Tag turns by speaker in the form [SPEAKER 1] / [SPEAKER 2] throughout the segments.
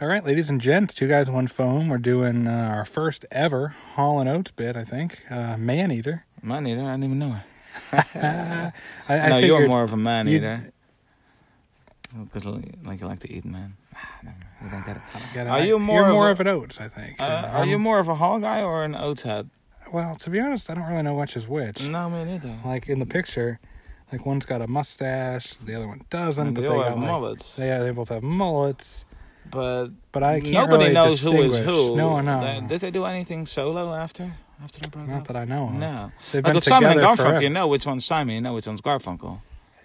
[SPEAKER 1] All right, ladies and gents, two guys, one phone. We're doing uh, our first ever Hall and Oates bit, I think. Uh, man eater.
[SPEAKER 2] Man eater? I didn't even know her.
[SPEAKER 1] I, I
[SPEAKER 2] no, you're
[SPEAKER 1] figured-
[SPEAKER 2] more of a man
[SPEAKER 1] you'd-
[SPEAKER 2] eater. Because like you like to eat man. Ah, never mind. We don't get it.
[SPEAKER 1] Get it.
[SPEAKER 2] Are you more
[SPEAKER 1] You're
[SPEAKER 2] of
[SPEAKER 1] more
[SPEAKER 2] a-
[SPEAKER 1] of an Oates, I think. um,
[SPEAKER 2] Uh, are you more of a hall guy or an oat head?
[SPEAKER 1] Well, to be honest, I don't really know which is which.
[SPEAKER 2] No, me neither.
[SPEAKER 1] Like in the picture, like one's got a mustache, the other one doesn't.
[SPEAKER 2] And
[SPEAKER 1] but
[SPEAKER 2] they
[SPEAKER 1] they
[SPEAKER 2] all
[SPEAKER 1] got,
[SPEAKER 2] have
[SPEAKER 1] like-
[SPEAKER 2] mullets.
[SPEAKER 1] They, they both have mullets.
[SPEAKER 2] But
[SPEAKER 1] But I can't
[SPEAKER 2] nobody
[SPEAKER 1] really
[SPEAKER 2] knows who is
[SPEAKER 1] distinguish.
[SPEAKER 2] who.
[SPEAKER 1] No, no,
[SPEAKER 2] They-
[SPEAKER 1] no.
[SPEAKER 2] Did they do anything solo after after they broke
[SPEAKER 1] Not
[SPEAKER 2] up?
[SPEAKER 1] that I know of.
[SPEAKER 2] No.
[SPEAKER 1] They've
[SPEAKER 2] like
[SPEAKER 1] been
[SPEAKER 2] with Simon and
[SPEAKER 1] together
[SPEAKER 2] Garfunkel,
[SPEAKER 1] forever.
[SPEAKER 2] you know which one's Simon, you know which one's Garfunkel.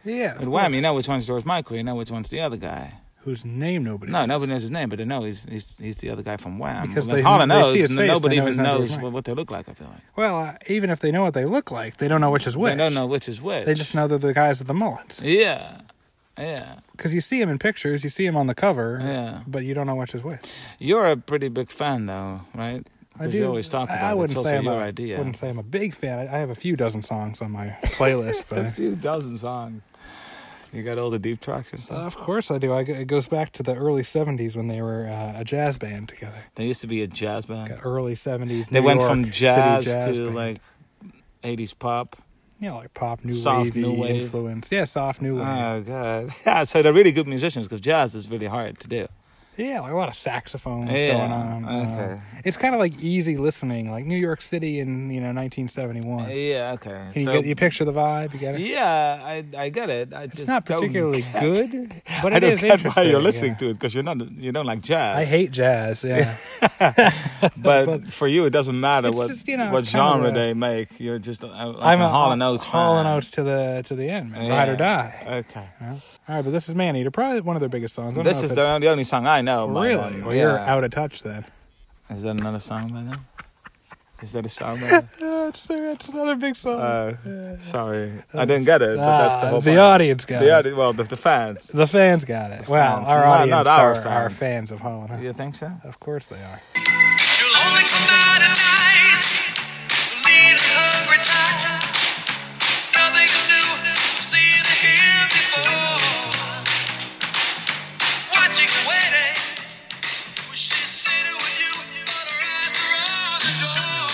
[SPEAKER 1] Yeah.
[SPEAKER 2] With Wham, you know which one's George Michael, you know which one's the other guy.
[SPEAKER 1] Whose name nobody
[SPEAKER 2] No, nobody knows his name, but they know he's he's, he's the other guy from Wham.
[SPEAKER 1] Because
[SPEAKER 2] Like,
[SPEAKER 1] they-
[SPEAKER 2] Hall and
[SPEAKER 1] they see
[SPEAKER 2] Oates,
[SPEAKER 1] his
[SPEAKER 2] n-
[SPEAKER 1] face,
[SPEAKER 2] nobody
[SPEAKER 1] they know
[SPEAKER 2] even
[SPEAKER 1] it's not George
[SPEAKER 2] knows
[SPEAKER 1] Michael.
[SPEAKER 2] what, what they look like. I feel like
[SPEAKER 1] Well, uh, even if they know what they look like, they don't know which is which.
[SPEAKER 2] they don't know which is which.
[SPEAKER 1] They just know they're the guys with the mullets.
[SPEAKER 2] yeah, yeah,
[SPEAKER 1] Because you see them in pictures, you see them on the cover,
[SPEAKER 2] yeah.
[SPEAKER 1] but you don't know which is which.
[SPEAKER 2] You're a pretty big fan, though, right? Because you always talk
[SPEAKER 1] I-
[SPEAKER 2] about
[SPEAKER 1] I
[SPEAKER 2] it.
[SPEAKER 1] wouldn't
[SPEAKER 2] it's also
[SPEAKER 1] say I'm
[SPEAKER 2] your
[SPEAKER 1] a,
[SPEAKER 2] idea.
[SPEAKER 1] wouldn't say I'm a big fan. I, I have a few dozen songs on my playlist,
[SPEAKER 2] a
[SPEAKER 1] but
[SPEAKER 2] few dozen songs. You got all the deep tracks and stuff.
[SPEAKER 1] of course I do. I, it goes back to the early '70s when they were uh, a jazz band together.
[SPEAKER 2] There used to be a jazz band.
[SPEAKER 1] Like an early '70s.
[SPEAKER 2] They
[SPEAKER 1] New
[SPEAKER 2] went
[SPEAKER 1] York
[SPEAKER 2] from
[SPEAKER 1] City
[SPEAKER 2] jazz, to
[SPEAKER 1] band.
[SPEAKER 2] like 80s pop.
[SPEAKER 1] you know, like pop, new
[SPEAKER 2] soft
[SPEAKER 1] wave,
[SPEAKER 2] new wave.
[SPEAKER 1] influence. Yeah, soft new wave.
[SPEAKER 2] Oh god! Yeah, so they're really good musicians because jazz is really hard to do.
[SPEAKER 1] Yeah, like a lot of saxophones
[SPEAKER 2] Yeah,
[SPEAKER 1] going on. Uh,
[SPEAKER 2] okay.
[SPEAKER 1] it's kind of like easy listening, like New York City in you know 1971.
[SPEAKER 2] Yeah, okay.
[SPEAKER 1] Can you,
[SPEAKER 2] so,
[SPEAKER 1] get, you picture the vibe? You get it.
[SPEAKER 2] yeah, I I get it. I just
[SPEAKER 1] it's not
[SPEAKER 2] don't-
[SPEAKER 1] particularly good, but
[SPEAKER 2] I
[SPEAKER 1] it
[SPEAKER 2] don't
[SPEAKER 1] is
[SPEAKER 2] get why
[SPEAKER 1] interesting.
[SPEAKER 2] you're listening
[SPEAKER 1] yeah.
[SPEAKER 2] to it because you're not you don't like jazz.
[SPEAKER 1] I hate jazz. Yeah,
[SPEAKER 2] but,
[SPEAKER 1] but-
[SPEAKER 2] for you it doesn't matter
[SPEAKER 1] It's
[SPEAKER 2] what
[SPEAKER 1] just, you know,
[SPEAKER 2] what
[SPEAKER 1] it's kinda
[SPEAKER 2] genre
[SPEAKER 1] a-
[SPEAKER 2] they make. You're just uh, like
[SPEAKER 1] I'm
[SPEAKER 2] a
[SPEAKER 1] a
[SPEAKER 2] Hall and Oates fan.
[SPEAKER 1] Hall and Oates to the to the end, man.
[SPEAKER 2] Yeah.
[SPEAKER 1] Ride or die.
[SPEAKER 2] Okay.
[SPEAKER 1] All right, but this is Man Eater, probably one of their biggest songs. I don't
[SPEAKER 2] This
[SPEAKER 1] know
[SPEAKER 2] is
[SPEAKER 1] if
[SPEAKER 2] the
[SPEAKER 1] it's-
[SPEAKER 2] only, the only song I know. by
[SPEAKER 1] really.
[SPEAKER 2] them.
[SPEAKER 1] Well,
[SPEAKER 2] yeah.
[SPEAKER 1] you're out of touch then.
[SPEAKER 2] Is that another song by them? Is that a song by them?
[SPEAKER 1] Yeah, it's, their, it's another big song.
[SPEAKER 2] Uh, sorry, I didn't get it. But that's the
[SPEAKER 1] Ah,
[SPEAKER 2] whole
[SPEAKER 1] the
[SPEAKER 2] point.
[SPEAKER 1] audience got
[SPEAKER 2] The
[SPEAKER 1] it.
[SPEAKER 2] audience, well, the, the fans.
[SPEAKER 1] The fans got it. well,
[SPEAKER 2] fans.
[SPEAKER 1] our
[SPEAKER 2] No,
[SPEAKER 1] audience
[SPEAKER 2] not our
[SPEAKER 1] are
[SPEAKER 2] fans.
[SPEAKER 1] our fans of Hall and Oates.
[SPEAKER 2] You think so?
[SPEAKER 1] Of course they are.
[SPEAKER 3] You'll only come out at night, need a hungry time. Nothing new, I've seen it here before. Watching and waiting, wish she's sitting with you, but her eyes are on the door.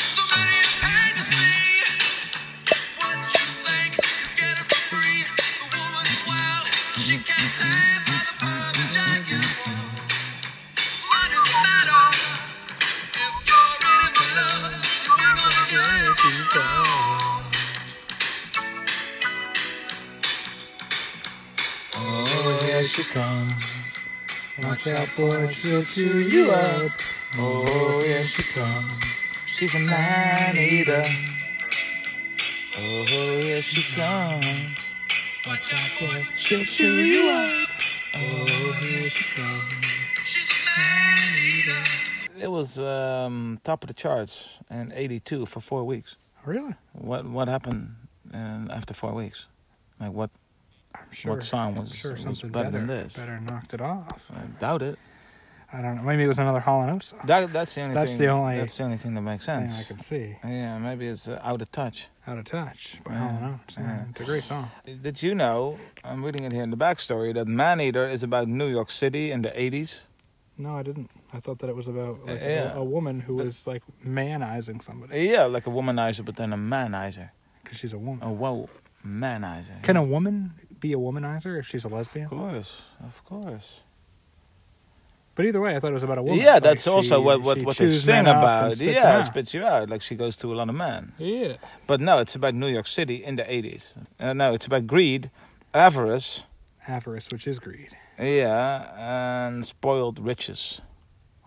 [SPEAKER 3] So many have had to see. What you think, you get it for free. The woman is wild, she can't tame by the pound and jack you want. Money's not all. If you're ready for love, you ain't gonna get it wrong.
[SPEAKER 2] Oh, here she comes.
[SPEAKER 1] Watch out, boy, she'll chew you up.
[SPEAKER 2] Oh, here she comes. She's a man eater. Oh, here she comes.
[SPEAKER 3] Watch out, boy.
[SPEAKER 2] She'll chew you up. Oh, here she comes.
[SPEAKER 3] She's a man-eater.
[SPEAKER 2] It was um, top of the charts in '82 for four weeks.
[SPEAKER 1] Really?
[SPEAKER 2] What what happened uh, after four weeks? Like what?
[SPEAKER 1] I'm sure.
[SPEAKER 2] song
[SPEAKER 1] I'm
[SPEAKER 2] was-
[SPEAKER 1] sure
[SPEAKER 2] was
[SPEAKER 1] something
[SPEAKER 2] better than
[SPEAKER 1] better-
[SPEAKER 2] this?
[SPEAKER 1] Better knocked it off.
[SPEAKER 2] I doubt it.
[SPEAKER 1] I don't know. Maybe it was another Hall and Oates song.
[SPEAKER 2] That that's the only.
[SPEAKER 1] That's
[SPEAKER 2] thing,
[SPEAKER 1] the only
[SPEAKER 2] That's the only thing that makes
[SPEAKER 1] thing
[SPEAKER 2] sense.
[SPEAKER 1] I can see.
[SPEAKER 2] Yeah, maybe it's uh, out of touch.
[SPEAKER 1] Out of touch by Hall and Oates. Yeah,
[SPEAKER 2] yeah.
[SPEAKER 1] It's a great song.
[SPEAKER 2] Did you know? I'm reading it here in the backstory that Man Eater is about New York City in the '80s.
[SPEAKER 1] No, I didn't. I thought that it was about like,
[SPEAKER 2] Yeah.
[SPEAKER 1] a, a woman who was like manizing somebody
[SPEAKER 2] Yeah, like a womanizer, but then a manizer.
[SPEAKER 1] because she's a woman.
[SPEAKER 2] A whoa, manizer.
[SPEAKER 1] Can a woman be a womanizer if she's a lesbian?
[SPEAKER 2] Of course, of course.
[SPEAKER 1] But either way, I thought it was about a woman.
[SPEAKER 2] Yeah,
[SPEAKER 1] Like,
[SPEAKER 2] that's
[SPEAKER 1] she-
[SPEAKER 2] also what what,
[SPEAKER 1] she
[SPEAKER 2] what they
[SPEAKER 1] chews
[SPEAKER 2] sing
[SPEAKER 1] men up and
[SPEAKER 2] about.
[SPEAKER 1] spits
[SPEAKER 2] Yeah,
[SPEAKER 1] them
[SPEAKER 2] it
[SPEAKER 1] out.
[SPEAKER 2] spits you out. Like she goes to a lot of men.
[SPEAKER 1] Yeah.
[SPEAKER 2] But no, it's about New York City in the eighties. Uh, no, it's about greed, avarice,
[SPEAKER 1] Avarice, which is greed.
[SPEAKER 2] yeah, and spoiled riches.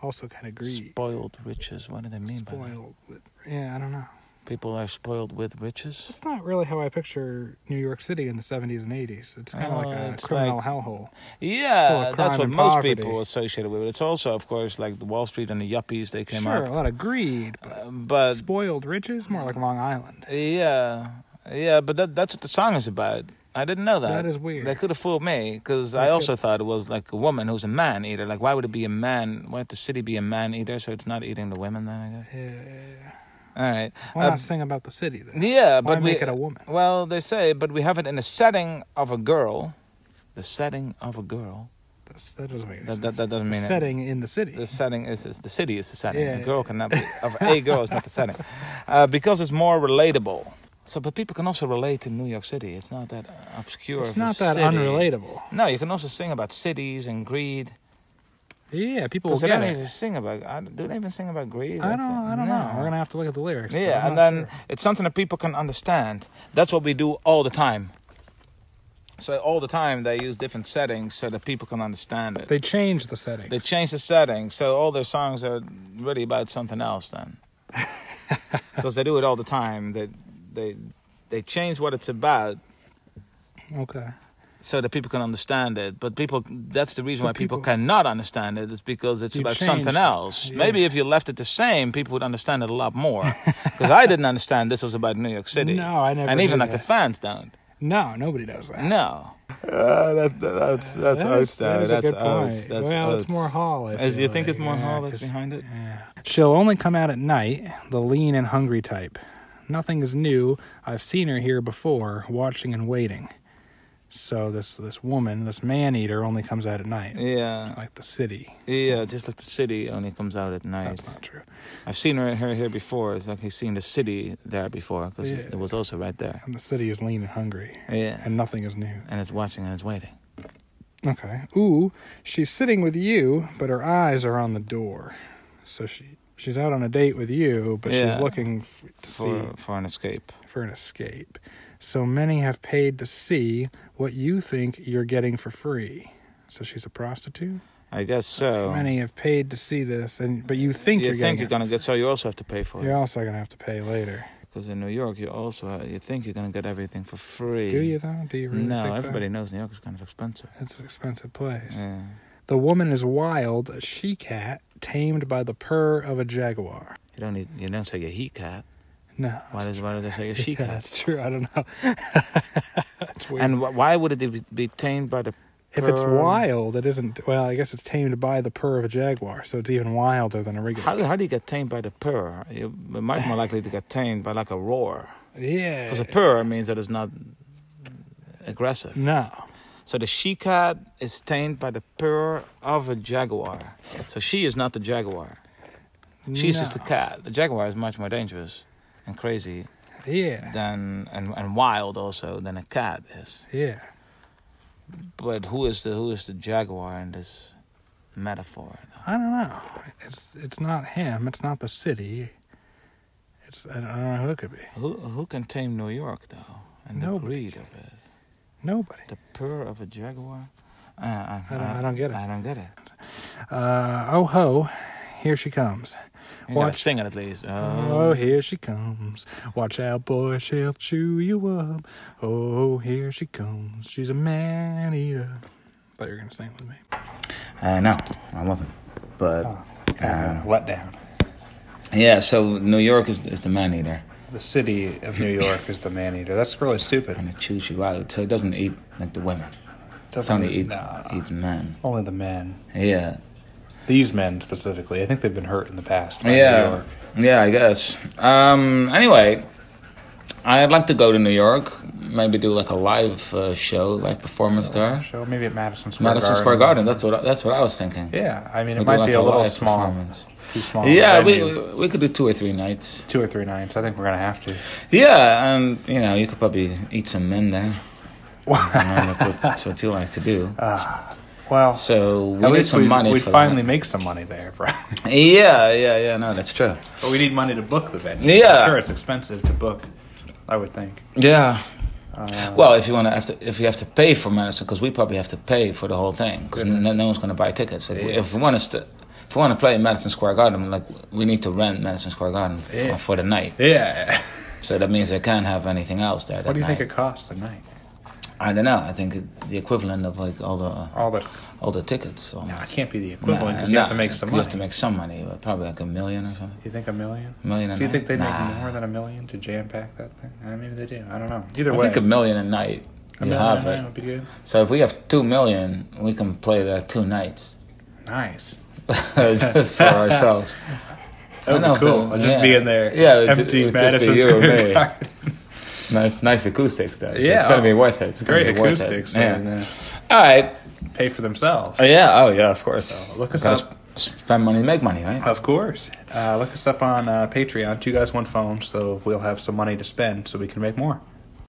[SPEAKER 1] Also kind of greed.
[SPEAKER 2] Spoiled riches. What do they mean by that?
[SPEAKER 1] Spoiled. with- Yeah, I don't know.
[SPEAKER 2] People are spoiled with riches.
[SPEAKER 1] That's not really how I picture New York City in the 70s and 80s. It's kind of
[SPEAKER 2] Oh,
[SPEAKER 1] like a
[SPEAKER 2] it's
[SPEAKER 1] criminal
[SPEAKER 2] like-
[SPEAKER 1] hellhole. Full
[SPEAKER 2] Yeah,
[SPEAKER 1] of crime
[SPEAKER 2] that's what
[SPEAKER 1] and
[SPEAKER 2] most
[SPEAKER 1] poverty.
[SPEAKER 2] people associate it with. It's also, of course, like the Wall Street and the yuppies. They came
[SPEAKER 1] Sure, a
[SPEAKER 2] up,
[SPEAKER 1] lot of greed, but
[SPEAKER 2] Uh, but
[SPEAKER 1] spoiled riches, more like Long Island.
[SPEAKER 2] Yeah, yeah, but that, that's what the song is about. I didn't know that.
[SPEAKER 1] That is weird.
[SPEAKER 2] They could have fooled me because
[SPEAKER 1] They
[SPEAKER 2] I
[SPEAKER 1] could-
[SPEAKER 2] also thought it was like a woman who's a man eater. Like, why would it be a man? Why would the city be a man eater? So it's not eating the women then, I guess.
[SPEAKER 1] Yeah.
[SPEAKER 2] All right.
[SPEAKER 1] Eh, Why
[SPEAKER 2] Uh,
[SPEAKER 1] not sing about the city then?
[SPEAKER 2] yeah,
[SPEAKER 1] Why
[SPEAKER 2] but we
[SPEAKER 1] make it a woman?
[SPEAKER 2] Well, they say, but we have it in the setting of a girl. The setting of a girl.
[SPEAKER 1] That's, that doesn't make any
[SPEAKER 2] That,
[SPEAKER 1] sense.
[SPEAKER 2] that, that doesn't mean it.
[SPEAKER 1] setting in the city.
[SPEAKER 2] The setting is, is the city is the setting.
[SPEAKER 1] Yeah,
[SPEAKER 2] a
[SPEAKER 1] yeah.
[SPEAKER 2] girl cannot be of a girl is not the setting, uh, because it's more relatable. So, but people can also relate to New York City. It's not that obscure.
[SPEAKER 1] it's
[SPEAKER 2] of a
[SPEAKER 1] not that
[SPEAKER 2] city.
[SPEAKER 1] unrelatable.
[SPEAKER 2] No, you can also sing about cities and greed.
[SPEAKER 1] Yeah, people will
[SPEAKER 2] Because they
[SPEAKER 1] get
[SPEAKER 2] don't
[SPEAKER 1] it.
[SPEAKER 2] even sing about. I, don't- do they even sing about greed?
[SPEAKER 1] I don't.
[SPEAKER 2] think-
[SPEAKER 1] I don't know. We're gonna have to look at the lyrics. though.
[SPEAKER 2] Yeah,
[SPEAKER 1] I'm
[SPEAKER 2] and
[SPEAKER 1] not
[SPEAKER 2] then
[SPEAKER 1] sure.
[SPEAKER 2] it's something that people can understand. That's what we do all the time. So all the time they use different settings so that people can understand it.
[SPEAKER 1] they change the setting.
[SPEAKER 2] They change the setting, so all their songs are really about something else then. Because they do it all the time. They they they change what it's about
[SPEAKER 1] okay.
[SPEAKER 2] so that people can understand it. But people that's the reason
[SPEAKER 1] But
[SPEAKER 2] why people,
[SPEAKER 1] people-
[SPEAKER 2] cannot understand it, is because it's
[SPEAKER 1] You
[SPEAKER 2] about
[SPEAKER 1] changed
[SPEAKER 2] something
[SPEAKER 1] it.
[SPEAKER 2] else.
[SPEAKER 1] Yeah.
[SPEAKER 2] Maybe if you left it the same, people would understand it a lot more. Because I didn't understand this was about New York City.
[SPEAKER 1] No, I never
[SPEAKER 2] And even
[SPEAKER 1] knew
[SPEAKER 2] like the fans don't.
[SPEAKER 1] No, nobody does that.
[SPEAKER 2] No. Uh, that, that's that's
[SPEAKER 1] That is- that is a good point. well, it's more Hall. I
[SPEAKER 2] As
[SPEAKER 1] feel
[SPEAKER 2] you think it's
[SPEAKER 1] like.
[SPEAKER 2] more
[SPEAKER 1] Yeah,
[SPEAKER 2] Hall that's
[SPEAKER 1] 'cause-
[SPEAKER 2] behind it?
[SPEAKER 1] She'll only come out at night, the lean and hungry type. Nothing is new. I've seen her here before, watching and waiting. So this this woman, this man eater, only comes out at night,
[SPEAKER 2] Yeah.
[SPEAKER 1] like the city.
[SPEAKER 2] Yeah, just like the city only comes out at night.
[SPEAKER 1] That's not true.
[SPEAKER 2] I've seen her, her here before. It's like I've seen the city there before because
[SPEAKER 1] Yeah.
[SPEAKER 2] it was also right there.
[SPEAKER 1] And the city is lean and hungry,
[SPEAKER 2] Yeah.
[SPEAKER 1] and nothing is new.
[SPEAKER 2] and it's watching and it's waiting.
[SPEAKER 1] Okay. Ooh, she's sitting with you, but her eyes are on the door. So she she's out on a date with you, but
[SPEAKER 2] Yeah.
[SPEAKER 1] she's looking f- to
[SPEAKER 2] for
[SPEAKER 1] see
[SPEAKER 2] for an escape.
[SPEAKER 1] for an escape. So many have paid to see what you think you're getting for free. So she's a prostitute.
[SPEAKER 2] I guess so.
[SPEAKER 1] Many have paid to see this, and but you think
[SPEAKER 2] Oh. you
[SPEAKER 1] are
[SPEAKER 2] think
[SPEAKER 1] getting
[SPEAKER 2] you're
[SPEAKER 1] it
[SPEAKER 2] gonna
[SPEAKER 1] for-
[SPEAKER 2] get so you also have to pay for
[SPEAKER 1] You're
[SPEAKER 2] it
[SPEAKER 1] also gonna have to pay later.
[SPEAKER 2] because in New York you also ha- you think you're gonna get everything for free.
[SPEAKER 1] Do you though? Do you really? uh,
[SPEAKER 2] no,
[SPEAKER 1] think that?
[SPEAKER 2] everybody knows New York is kind of expensive.
[SPEAKER 1] It's an expensive place.
[SPEAKER 2] Yeah.
[SPEAKER 1] The woman is wild, a she cat tamed by the purr of a jaguar.
[SPEAKER 2] You don't need, you don't say a he cat.
[SPEAKER 1] No,
[SPEAKER 2] Why does why do they say a
[SPEAKER 1] Yeah,
[SPEAKER 2] she cat?
[SPEAKER 1] That's true. I don't know. it's weird.
[SPEAKER 2] And wh- why would it be, be tamed by the?
[SPEAKER 1] if it's
[SPEAKER 2] purr?
[SPEAKER 1] wild, it isn't. Well, I guess it's tamed by the purr of a jaguar, so it's even wilder than a regular.
[SPEAKER 2] How, how do you get tamed by the purr? You're much more likely to get tamed by like a roar.
[SPEAKER 1] Eh. yeah.
[SPEAKER 2] Because a purr means that it's not aggressive.
[SPEAKER 1] No.
[SPEAKER 2] So the she cat is tamed by the purr of a jaguar. So she is not the jaguar. She's
[SPEAKER 1] no.
[SPEAKER 2] just a cat. The jaguar is much more dangerous and crazy
[SPEAKER 1] Yeah.
[SPEAKER 2] than and, and wild also than a cat is.
[SPEAKER 1] yeah.
[SPEAKER 2] But who is the who is the jaguar in this metaphor?
[SPEAKER 1] I don't know. It's it's not him. It's not the city. It's I don't know who it could be.
[SPEAKER 2] Who who can tame New York though? And the
[SPEAKER 1] Nobody
[SPEAKER 2] greed of it.
[SPEAKER 1] Nobody.
[SPEAKER 2] The purr of a jaguar? Uh, I,
[SPEAKER 1] I don't- I don't get it.
[SPEAKER 2] I don't get it.
[SPEAKER 1] Uh, oh ho, here she comes.
[SPEAKER 2] You gotta
[SPEAKER 1] Watch.
[SPEAKER 2] sing it at least. Uh,
[SPEAKER 1] Oh, here she comes. Watch out, boy, she'll chew you up. Oh, here she comes. She's a man eater. Thought you were gonna sing with me.
[SPEAKER 4] Uh, no, I wasn't. But
[SPEAKER 1] let Uh, down.
[SPEAKER 4] yeah, so New York is, is the man eater,
[SPEAKER 1] The city of New York is the man eater. That's really stupid.
[SPEAKER 4] and it chews you out. So it doesn't eat like the women. It's
[SPEAKER 5] Doesn't
[SPEAKER 4] only
[SPEAKER 5] it?
[SPEAKER 4] eat,
[SPEAKER 5] No, no.
[SPEAKER 4] eats men.
[SPEAKER 5] Only the men.
[SPEAKER 4] Yeah,
[SPEAKER 5] These men specifically. I think they've been hurt in the past. by New
[SPEAKER 4] yeah,
[SPEAKER 5] York.
[SPEAKER 4] yeah. I guess. Um. Anyway, I'd like to go to New York. Maybe do like a live uh, show, live performance there.
[SPEAKER 5] Show maybe at Madison Square
[SPEAKER 4] Madison
[SPEAKER 5] Garden.
[SPEAKER 4] Square Garden. That's what I- that's what I was thinking.
[SPEAKER 5] Yeah, I mean it
[SPEAKER 4] We'll do,
[SPEAKER 5] might
[SPEAKER 4] like,
[SPEAKER 5] be a little
[SPEAKER 4] live
[SPEAKER 5] small,
[SPEAKER 4] performance.
[SPEAKER 5] too small. of a
[SPEAKER 4] Yeah, we,
[SPEAKER 5] venue.
[SPEAKER 4] we we could do two or three nights.
[SPEAKER 5] two or three nights. I think we're gonna have to.
[SPEAKER 4] Yeah, and you know, you could probably eat some men there. I know that's, what, that's what you like to do.
[SPEAKER 5] Well,
[SPEAKER 4] so we
[SPEAKER 5] Uh, at
[SPEAKER 4] need
[SPEAKER 5] least
[SPEAKER 4] some
[SPEAKER 5] we,
[SPEAKER 4] money
[SPEAKER 5] we'd
[SPEAKER 4] for
[SPEAKER 5] finally
[SPEAKER 4] that.
[SPEAKER 5] make some money there, bro.
[SPEAKER 4] Yeah, yeah, yeah. No, that's true.
[SPEAKER 5] but we need money to book the venue.
[SPEAKER 4] Yeah.
[SPEAKER 5] I'm sure it's expensive to book. I would think.
[SPEAKER 4] Yeah.
[SPEAKER 5] Uh,
[SPEAKER 4] well, if you want to, have to, if you have to pay for Madison, because we probably have to pay for the whole thing, because no, no one's going to buy tickets. If, we if we want to, st- if we want to play in Madison Square Garden, like we need to rent Madison Square Garden f-
[SPEAKER 5] Yeah.
[SPEAKER 4] for the night.
[SPEAKER 5] Yeah.
[SPEAKER 4] So that means they can't have anything else there. That
[SPEAKER 5] what do you
[SPEAKER 4] night.
[SPEAKER 5] think it costs a night?
[SPEAKER 4] I don't know. I think it's the equivalent of like all the
[SPEAKER 5] All the.
[SPEAKER 4] all the tickets.
[SPEAKER 5] No,
[SPEAKER 4] almost.
[SPEAKER 5] it can't be the equivalent because you
[SPEAKER 4] Nah,
[SPEAKER 5] have to make some
[SPEAKER 4] You
[SPEAKER 5] money.
[SPEAKER 4] have to make some money, but probably like a million or something.
[SPEAKER 5] You think a million?
[SPEAKER 4] Million a
[SPEAKER 5] Do you think
[SPEAKER 4] night?
[SPEAKER 5] they make
[SPEAKER 4] Nah.
[SPEAKER 5] more than a million to jam pack that thing? Uh, maybe they do. I don't know. Either
[SPEAKER 4] I
[SPEAKER 5] way,
[SPEAKER 4] think a million a night.
[SPEAKER 5] a
[SPEAKER 4] you
[SPEAKER 5] million
[SPEAKER 4] have
[SPEAKER 5] a
[SPEAKER 4] it.
[SPEAKER 5] night would be good.
[SPEAKER 4] So if we have two million, we can play there two nights
[SPEAKER 5] Nice.
[SPEAKER 4] just for ourselves.
[SPEAKER 1] That would
[SPEAKER 2] I
[SPEAKER 1] be
[SPEAKER 2] know if
[SPEAKER 1] cool.
[SPEAKER 2] they-
[SPEAKER 1] I'll just
[SPEAKER 2] yeah.
[SPEAKER 1] be in there.
[SPEAKER 2] Yeah, it would-
[SPEAKER 1] empty
[SPEAKER 2] it would just be
[SPEAKER 1] Madison
[SPEAKER 2] you and
[SPEAKER 1] Square
[SPEAKER 2] me.
[SPEAKER 1] Garden.
[SPEAKER 2] Nice, nice acoustics though. So
[SPEAKER 1] Yeah. oh,
[SPEAKER 2] it's gonna be worth it. It's gonna
[SPEAKER 1] Great
[SPEAKER 2] be worth it.
[SPEAKER 1] acoustics.
[SPEAKER 2] Yeah.
[SPEAKER 1] And, uh,
[SPEAKER 2] All right.
[SPEAKER 1] pay for themselves.
[SPEAKER 2] Oh, yeah. Oh yeah. Of course.
[SPEAKER 1] look us
[SPEAKER 2] Gotta
[SPEAKER 1] up.
[SPEAKER 2] sp- spend money, to make money, right?
[SPEAKER 1] Of course. Uh, look us up on uh, Patreon. Two guys, one phone. So we'll have some money to spend, so we can make more.